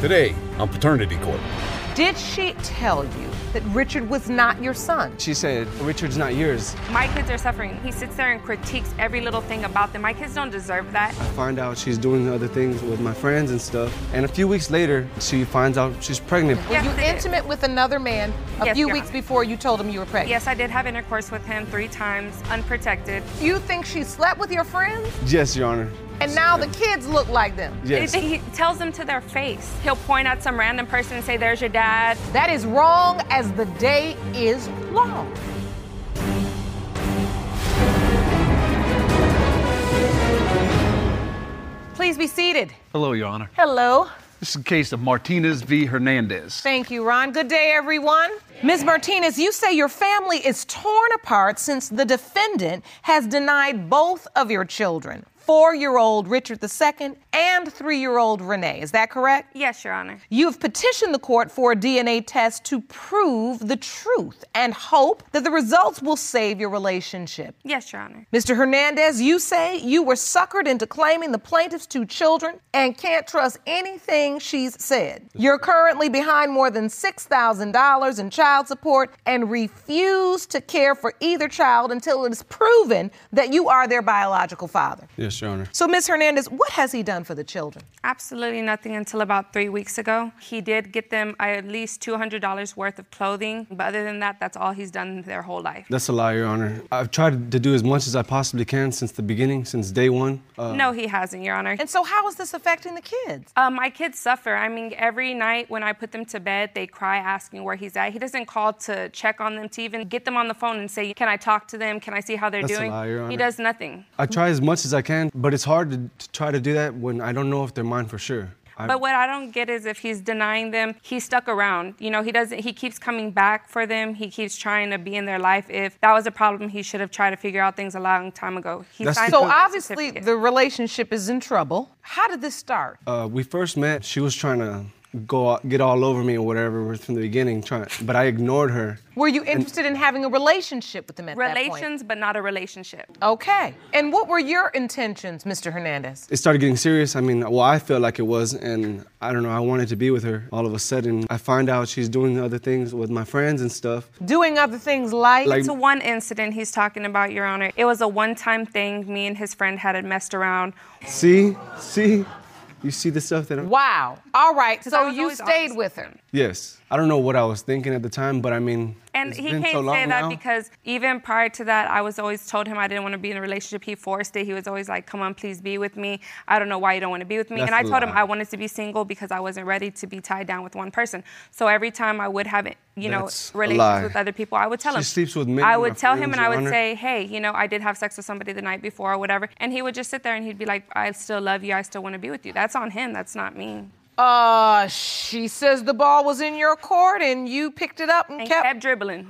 Today on Paternity Court. Did she tell you that Richard was not your son? She said, Richard's not yours. My kids are suffering. He sits there and critiques every little thing about them. My kids don't deserve that. I find out she's doing other things with my friends and stuff. And a few weeks later, she finds out she's pregnant. Yeah. Were you Yes, I did. intimate with another man a Yes, few Your weeks Honor. before you told him you were pregnant? Yes, I did have intercourse with him three times, unprotected. You think she slept with your friends? Yes, Your Honor. And now the kids look like them. Yes. He, he tells them to their face. He'll point at some random person and say, There's your dad. That is wrong as the day is long. Please be seated. Hello, Your Honor. Hello. This is a case of Martinez v. Hernandez. Thank you, Ron. Good day, everyone. Ms. Martinez, you say your family is torn apart since the defendant has denied both of your children, four year old Richard II and three year old Renee. Is that correct? Yes, Your Honor. You have petitioned the court for a DNA test to prove the truth and hope that the results will save your relationship. Yes, Your Honor. Mr. Hernandez, you say you were suckered into claiming the plaintiff's two children and can't trust anything she's said. You're currently behind more than $6,000 in child support and refuse to care for either child until it is proven that you are their biological father. yes, Your Honor. So, Ms. Hernandez, what has he done for the children? Absolutely nothing until about three weeks ago. He did get them at least $200 worth of clothing, but other than that, that's all he's done their whole life. That's a lie, Your Honor. I've tried to do as much as I possibly can since the beginning, since day one. Uh, no, he hasn't, Your Honor. And so, how is this affecting the kids? Uh, my kids suffer. I mean, every night when I put them to bed, they cry asking where he's at. He doesn't call to check on them, to even get them on the phone and say, Can I talk to them? Can I see how they're That's a doing? lie, Your he Honor. does nothing. I try as much as I can, but it's hard to, to try to do that when I don't know if they're mine for sure. I, But what I don't get is if he's denying them, he stuck around. You know, he doesn't, he keeps coming back for them. He keeps trying to be in their life. If that was a problem, he should have tried to figure out things a long time ago. He That's signed because- So, the birth obviously, certificate. the relationship is in trouble. How did this start? uh, we first met. She was trying to go out, get all over me or whatever from the beginning, trying, but I ignored her. Were you interested in having a relationship with them at that point? relations, but not a relationship. Okay. And what were your intentions, Mr. Hernandez? it started getting serious. I mean, well, I felt like it was, and I don't know. I wanted to be with her. All of a sudden, I find out she's doing other things with my friends and stuff. Doing other things like, Like- It's one incident he's talking about, Your Honor. It was a one time thing. Me and his friend had messed around. See, see, you see the stuff that I'm. wow. All right. So was you always stayed honest with her. Yes, I don't know what I was thinking at the time, but I mean, And it's he been can't so long say that now. because even prior to that, I was always told him I didn't want to be in a relationship. He forced it. He was always like, "Come on, please be with me. I don't know why you don't want to be with me." and I That's a told him lie. I wanted to be single because I wasn't ready to be tied down with one person. So every time I would have, you know, That's a relations lie. with other people, I would tell She him. sleeps with men, I my would tell him friends, and I Your would Honor. say, "Hey, you know, I did have sex with somebody the night before or whatever," and he would just sit there and he'd be like, "I still love you. I still want to be with you." That's on him. That's not me. Uh, she says the ball was in your court and you picked it up and, And kept. kept dribbling.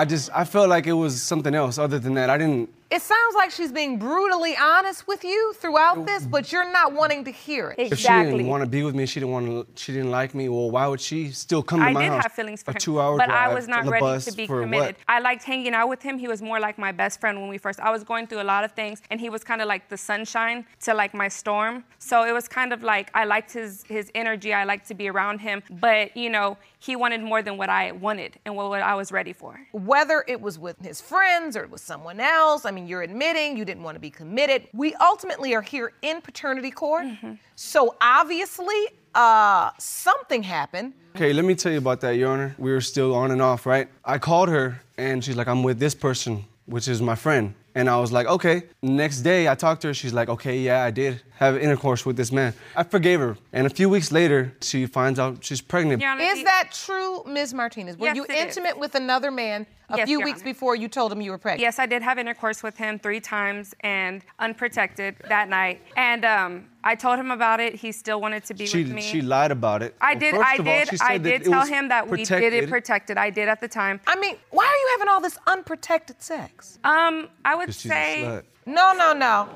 I just I felt like it was something else other than that. I didn't. It sounds like she's being brutally honest with you throughout this, but you're not wanting to hear it. If she Exactly. didn't want to be with me, she didn't want to. She didn't like me. Well, why would she still come to I my did house? have feelings for a him, two-hour but drive I was not on the ready bus to be for what? committed. I liked hanging out with him. He was more like my best friend when we first. I was going through a lot of things, and he was kind of like the sunshine to like my storm. So it was kind of like I liked his his energy. I liked to be around him, but you know he wanted more than what I wanted and what, what I was ready for. Whether it was with his friends or it was someone else, I mean, you're admitting you didn't want to be committed. We ultimately are here in paternity court. Mm-hmm. So obviously, uh, something happened. Okay, let me tell you about that, Your Honor. We were still on and off, right? I called her and she's like, I'm with this person, which is my friend. And I was like, okay. Next day, I talked to her. She's like, okay, yeah, I did have intercourse with this man. I forgave her. And a few weeks later, she finds out she's pregnant. Your Honor, Is the- that true, Ms. Martinez? Were Yes, you it is. intimate with another man a Yes, few Your weeks Honor. before you told him you were pregnant? Yes, I did have intercourse with him three times and unprotected that night. And um, I told him about it. He still wanted to be with She, me. she lied about it. I Well, did. first I of all, did. she I said that did it tell was him that we did it protected. I did at the time. I mean, why are you having all this unprotected sex? Um, I would 'Cause she's a say slut. No, no, no.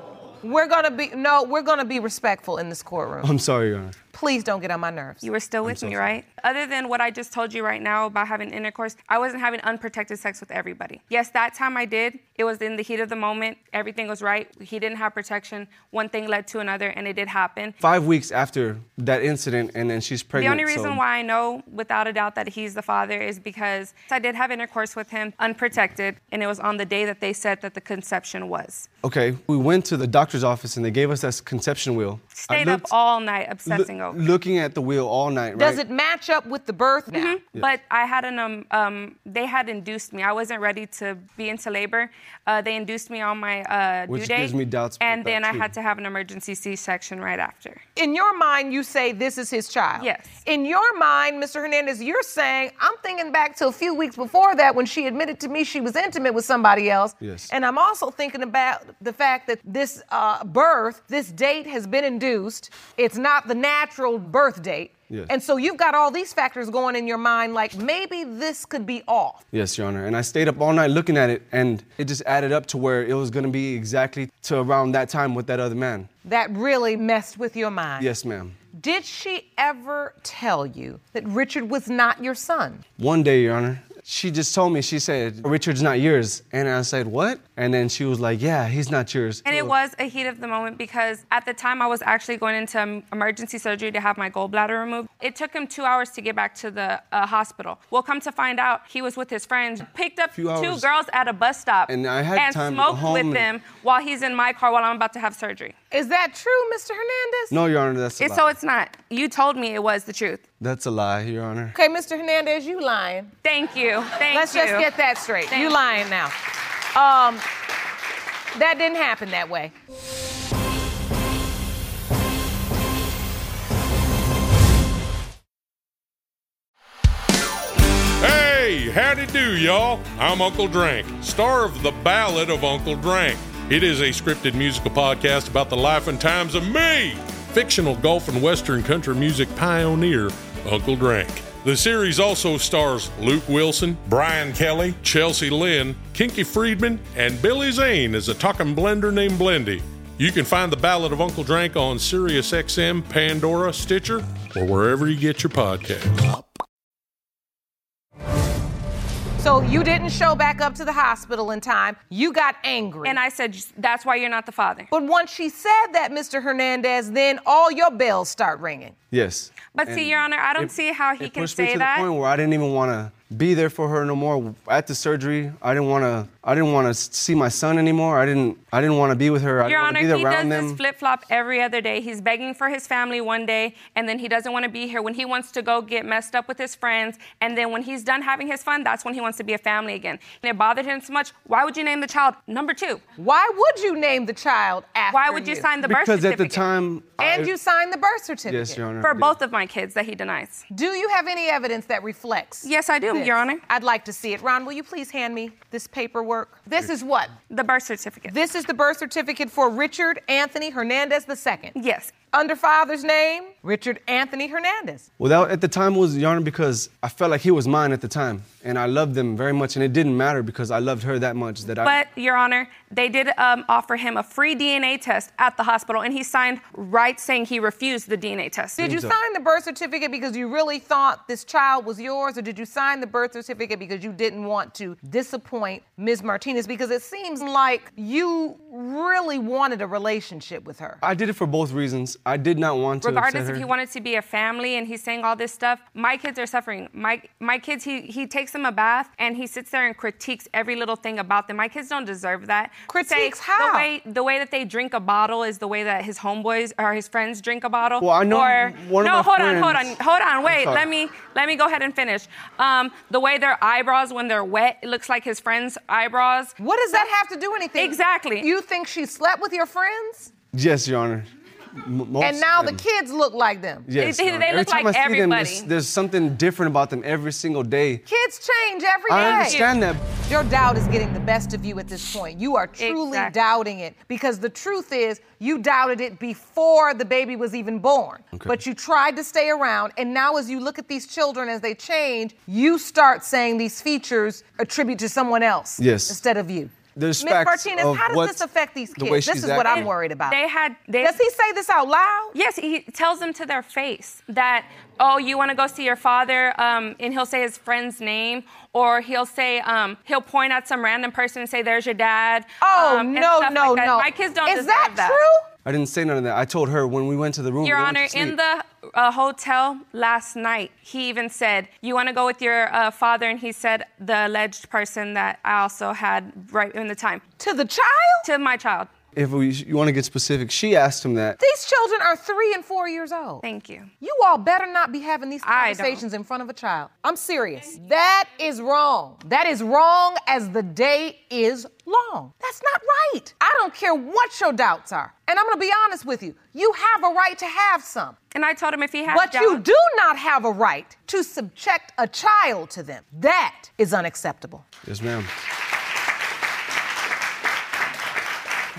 We're gonna be no. We're gonna be respectful in this courtroom. I'm sorry, Your Honor. Please don't get on my nerves. Oh, you were still with so me, sorry. right? Other than what I just told you right now about having intercourse, I wasn't having unprotected sex with everybody. Yes, that time I did. It was in the heat of the moment. Everything was right. He didn't have protection. One thing led to another, and it did happen. Five weeks after that incident, and then she's The pregnant. only reason so- why I know without a doubt that he's the father is because I did have intercourse with him unprotected, and it was on the day that they said that the conception was. Okay, we went to the doctor's office and they gave us that conception wheel. I Stayed looked- up all night loo- obsessing over. it. Looking at the wheel all night, Does right? it match up with the birth now? But I had an um, um they had induced me. I wasn't ready to be into labor. Uh, they induced me on my uh, Which due date, gives me doubts about and that, then I too. had to have an emergency C-section right after. In your mind, you say this is his child. Yes. In your mind, Mr. Hernandez, you're saying I'm thinking back to a few weeks before that when she admitted to me she was intimate with somebody else. Yes. And I'm also thinking about the fact that this uh, birth, this date has been induced. It's not the natural birth date. Yes. And so you've got all these factors going in your mind, like maybe this could be off. Yes, Your Honor. And I stayed up all night looking at it, and it just added up to where it was gonna be exactly to around that time with that other man. That really messed with your mind. Yes, ma'am. Did she ever tell you that Richard was not your son? One day, Your Honor, she just told me, she said, Richard's not yours. And I said, What? And then she was like, Yeah, he's not yours. And it So- was a heat of the moment because at the time I was actually going into em- emergency surgery to have my gallbladder removed. It took him two hours to get back to the uh, hospital. Well, come to find out, he was with his friends, picked up Few two hours. girls at a bus stop, And I had and time to go smoked home with and- them while he's in my car while I'm about to have surgery. Is that true, Mr. Hernandez? No, Your Honor, that's a It's, lie. so it's not. You told me it was the truth. That's a lie, Your Honor. Okay, Mr. Hernandez, you lying. Thank you. Thank Let's you. just get that straight. Thank you you. lying now. Um, that didn't happen that way. Hey, howdy do, y'all. I'm Uncle Drank, star of The Ballad of Uncle Drank. It is a scripted musical podcast about the life and times of me, fictional golf and western country music pioneer, Uncle Drank. The series also stars Luke Wilson, Brian Kelly, Chelsea Lynn, Kinky Friedman, and Billy Zane as a talking blender named Blendy. You can find The Ballad of Uncle Drank on SiriusXM, Pandora, Stitcher, or wherever you get your podcasts. So you didn't show back up to the hospital in time. You got angry. And I said, that's why you're not the father. but once she said that, Mr. Hernandez, then all your bells start ringing. Yes. But see, Your Honor, I don't it- see how he it can pushed me say to that. the point where I didn't even want to be there for her no more. At the surgery, I didn't want to. I didn't want to see my son anymore. I didn't. I didn't want to be with her. I didn't Your Honor, want to he be around does them. this flip flop every other day. He's begging for his family one day, and then he doesn't want to be here. When he wants to go get messed up with his friends, and then when he's done having his fun, that's when he wants to be a family again. And it bothered him so much. Why would you name the child number two? Why would you name the child after Why would you sign the birth because at certificate? the time, And I, you signed the birth certificate. Yes, Your Honor. I For did. both of my kids that he denies. Do you have any evidence that reflects? Yes, I do, this? Your Honor. I'd like to see it. Ron, will you please hand me this paperwork? This is what? The birth certificate. This is the birth certificate for Richard Anthony Hernandez II. yes. Under father's name, Richard Anthony Hernandez. Well, that, at the time was Yarn because I felt like he was mine at the time, and I loved them very much, and it didn't matter because I loved her that much that I. But, Your Honor, they did um, offer him a free DNA test at the hospital, and he signed right saying he refused the DNA test. Did you so. sign the birth certificate because you really thought this child was yours, or did you sign the birth certificate because you didn't want to disappoint Ms. Martinez? Because it seems like you really wanted a relationship with her. I did it for both reasons. I did not want to upset Regardless her. he wanted to be a family and he's saying all this stuff. My kids are suffering. My my kids, he he takes them a bath and he sits there and critiques every little thing about them. My kids don't deserve that. Critiques Say, how? The way the way that they drink a bottle is the way that his homeboys or his friends drink a bottle. Well, I know Or, one of no, my hold on, hold on, friends- hold on. I'm Wait, sorry. let me let me go ahead and finish. Um, the way their eyebrows when they're wet, it looks like his friends' eyebrows. What does that have to do anything? Exactly. You think she slept with your friends? Yes, Your Honor. M- most And now of the them. kids look like them. Yes, They- Your Honor. they every look time like I see them, there's, everybody. there's something different about them every single day. Kids change every day. I understand that. Your doubt is getting the best of you at this point. You are truly Exactly. doubting it because the truth is you doubted it before the baby was even born. But you tried to stay around, and now as you look at these children as they change, you start saying these features attribute to someone else Yes. instead of you. There's Ms. facts Martinez, of how does what- this affect these the kids? way this she's is what I'm acting. worried about. They had- they- does he say this out loud? Yes, he tells them to their face that, oh, you want to go see your father, um, and he'll say his friend's name, or he'll say, um, he'll point at some random person and say, there's your dad. Oh um, and no, stuff no, like that. no! My kids don't Is deserve that, that. true? I didn't say none of that. I told her when we went to the room. Your we went to Honor, in sleep. the uh, hotel last night, he even said, You want to go with your uh, father? And he said, The alleged person that I also had right in the time To the child? to my child. If we, you want to get specific, she asked him that. These children are three and four years old. Thank you. You all better not be having these I don't. conversations in front of a child. I'm serious. That is wrong. That is wrong as the day is long. That's not right. I don't care what your doubts are. And I'm gonna be honest with you. You have a right to have some. And I told him if he had But you doubts- do not have a right to subject a child to them. That is unacceptable. Yes, ma'am.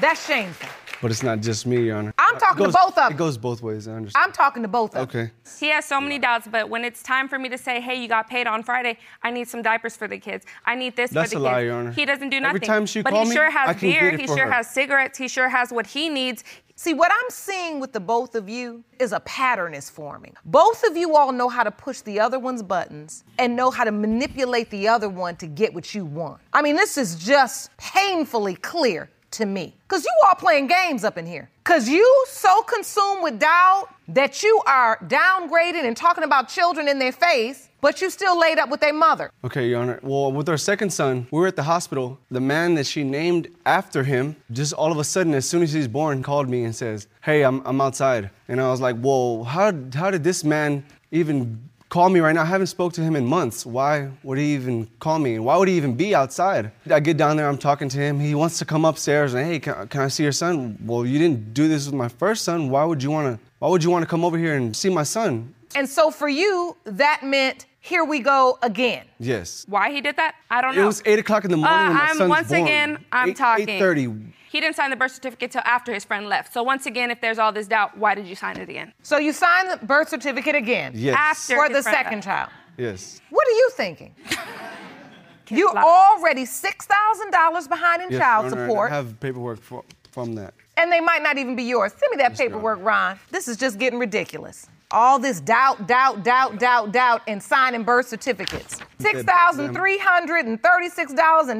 That's shameful. But it's not just me, Your Honor. I'm It talking to goes- both of It you. goes both ways. I understand. I'm talking to both of you. okay. He has so many doubts, but when it's time for me to say, "Hey, you got paid on Friday. I need some diapers for the kids. I need this That's for the a kids." lie, Your Honor. He doesn't do Every nothing. time she but call he me, sure has I can beer. get it He for sure her. has cigarettes. He sure has what he needs. See, what I'm seeing with the both of you is a pattern is forming. Both of you all know how to push the other one's buttons and know how to manipulate the other one to get what you want. I mean, this is just painfully clear to me. Because you all playing games up in here. Because you so consumed with doubt that you are downgrading and talking about children in their face, but you still laid up with their mother. Okay, Your Honor. Well, with our second son, we were at the hospital. The man that she named after him, just all of a sudden, as soon as he's born, called me and says, "Hey, I'm, I'm outside." And I was like, "Whoa, how how did this man even call me right now? I haven't spoke to him in months. Why would he even call me? Why would he even be outside?" I get down there, I'm talking to him. He wants to come upstairs and, "Hey, can, can I see your son?" Well, you didn't do this with my first son. Why would you wanna? Why would you wanna come over here and see my son? And so for you, that meant here we go again. Yes. Why he did that, I don't It know. was 8 o'clock in the morning Uh, when my I'm son's once born. again, I'm Eight- talking. 8:30. He didn't sign the birth certificate till after his friend left. So once again, if there's all this doubt, why did you sign it again? So you signed the birth certificate again. Yes. After For his the friend second left. child. Yes. What are you thinking? You're lie. already $6,000 behind in Yes, child Your Honor, and support, I have paperwork for, from that. and they might not even be yours. Send me that Yes, Your paperwork, Honor. Ron. This is just getting ridiculous. All this doubt, doubt, doubt, doubt, doubt, and signing birth certificates.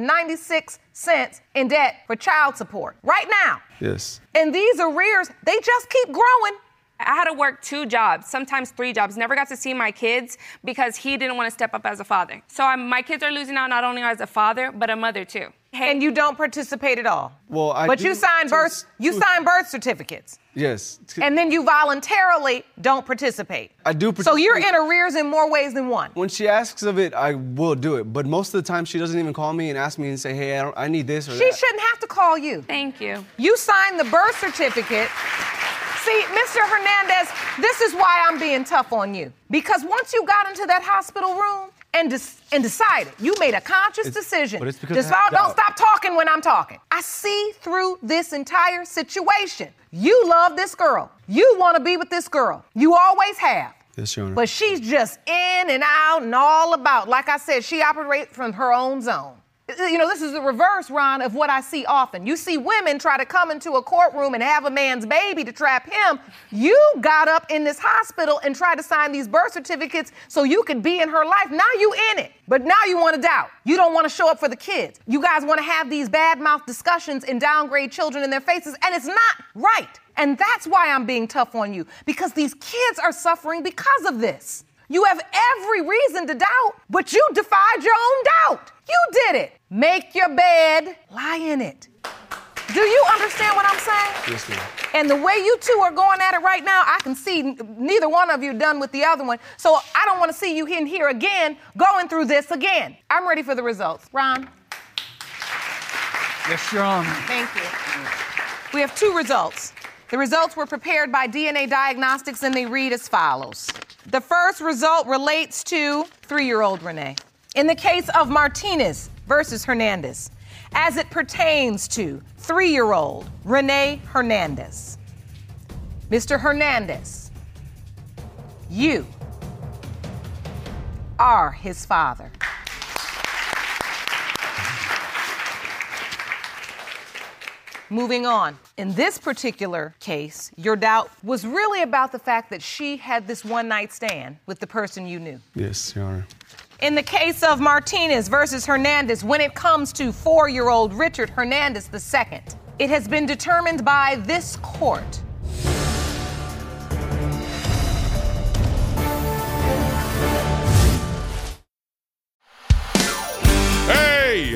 $6,336.96 in debt for child support right now. Yes. And these arrears, they just keep growing. I had to work two jobs, sometimes three jobs. Never got to see my kids because he didn't want to step up as a father. So I'm, my kids are losing out not only as a father, but a mother too. Hey, And you don't participate at all. Well, I but do you sign to- birth you to- sign birth certificates. Yes. and then you voluntarily don't participate. I do So you're in participate. arrears in more ways than one. when she asks of it, I will do it. But most of the time, she doesn't even call me and ask me and say, "Hey, I, don't, I need this or She that." shouldn't have to call you. thank you. You signed the birth certificate. See, Mr. Hernandez, this is why I'm being tough on you. Because once you got into that hospital room and, des- and decided, you made a conscious It's- decision. but it's because I Desval, have don't doubt. stop talking when I'm talking. I see through this entire situation. You love this girl. You want to be with this girl. You always have. Yes, Your Honor. But she's just in and out and all about. Like I said, she operates from her own zone. Uh, You know, this is the reverse, Ron, of what I see often. You see women try to come into a courtroom and have a man's baby to trap him. You got up in this hospital and tried to sign these birth certificates so you could be in her life. Now you in it, but now you want to doubt. You don't want to show up for the kids. You guys want to have these bad mouth discussions and downgrade children in their faces, and it's not right. And that's why I'm being tough on you, because these kids are suffering because of this. You have every reason to doubt, but you defied your own doubt. You did it. Make your bed, lie in it. Do you understand what I'm saying? Yes, ma'am. And the way you two are going at it right now, I can see n- neither one of you done with the other one. So I don't want to see you in here again going through this again. I'm ready for the results. Ron, Yes, Your Honor. thank you. We have two results. The results were prepared by DNA Diagnostics and they read as follows. The first result relates to three year old Renee. In the case of Martinez versus Hernandez, as it pertains to three year old Renee Hernandez. Mr. Hernandez, you are his father. Moving on. In this particular case, your doubt was really about the fact that she had this one night stand with the person you knew. Yes, Your Honor. In the case of Martinez versus Hernandez, when it comes to four year old Richard Hernandez II, it has been determined by this court Hey,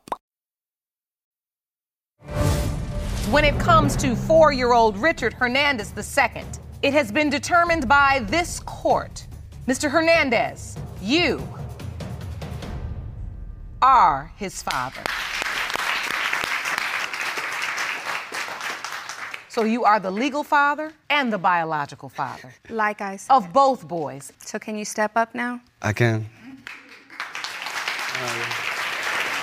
when it comes to four year old Richard Hernandez II. It has been determined by this court. Mr. Hernandez, you are his father. So you are the legal father and the biological father Like I said. of both boys. So can you step up now? I can. Mm-hmm.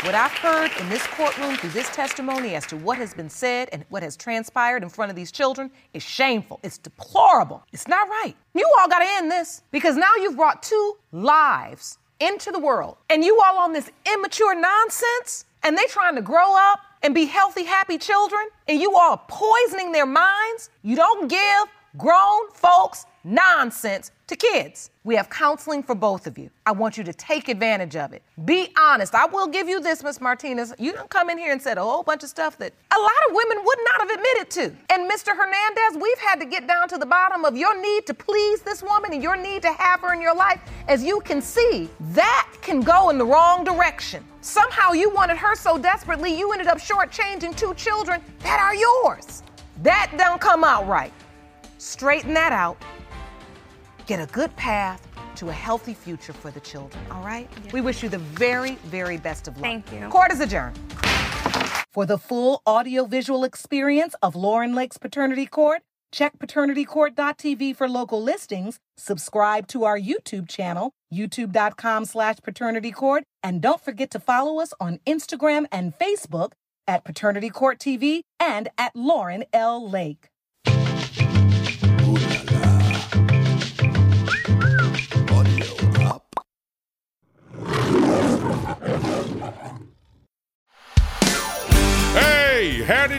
What I've heard in this courtroom through this testimony as to what has been said and what has transpired in front of these children is shameful. It's deplorable. It's not right. You all got to end this because now you've brought two lives into the world and you all on this immature nonsense and they trying to grow up and be healthy, happy children and you all poisoning their minds. You don't give grown folks nonsense to kids. We have counseling for both of you. I want you to take advantage of it. Be honest. I will give you this, Miss Martinez. You don't come in here and said a whole bunch of stuff that a lot of women would not have admitted to. And Mr. Hernandez, we've had to get down to the bottom of your need to please this woman and your need to have her in your life. As you can see, that can go in the wrong direction. Somehow you wanted her so desperately, you ended up shortchanging two children that are yours. That don't come out right straighten that out, get a good path to a healthy future for the children, all right? We wish you the very, very best of luck. Thank you. Court is adjourned. For the full audiovisual experience of Lauren Lake's Paternity Court, check paternitycourt.tv for local listings, subscribe to our YouTube channel, youtube.com slash paternitycourt, and don't forget to follow us on Instagram and Facebook at Paternity Court TV and at Lauren L. Lake. Hey, howdy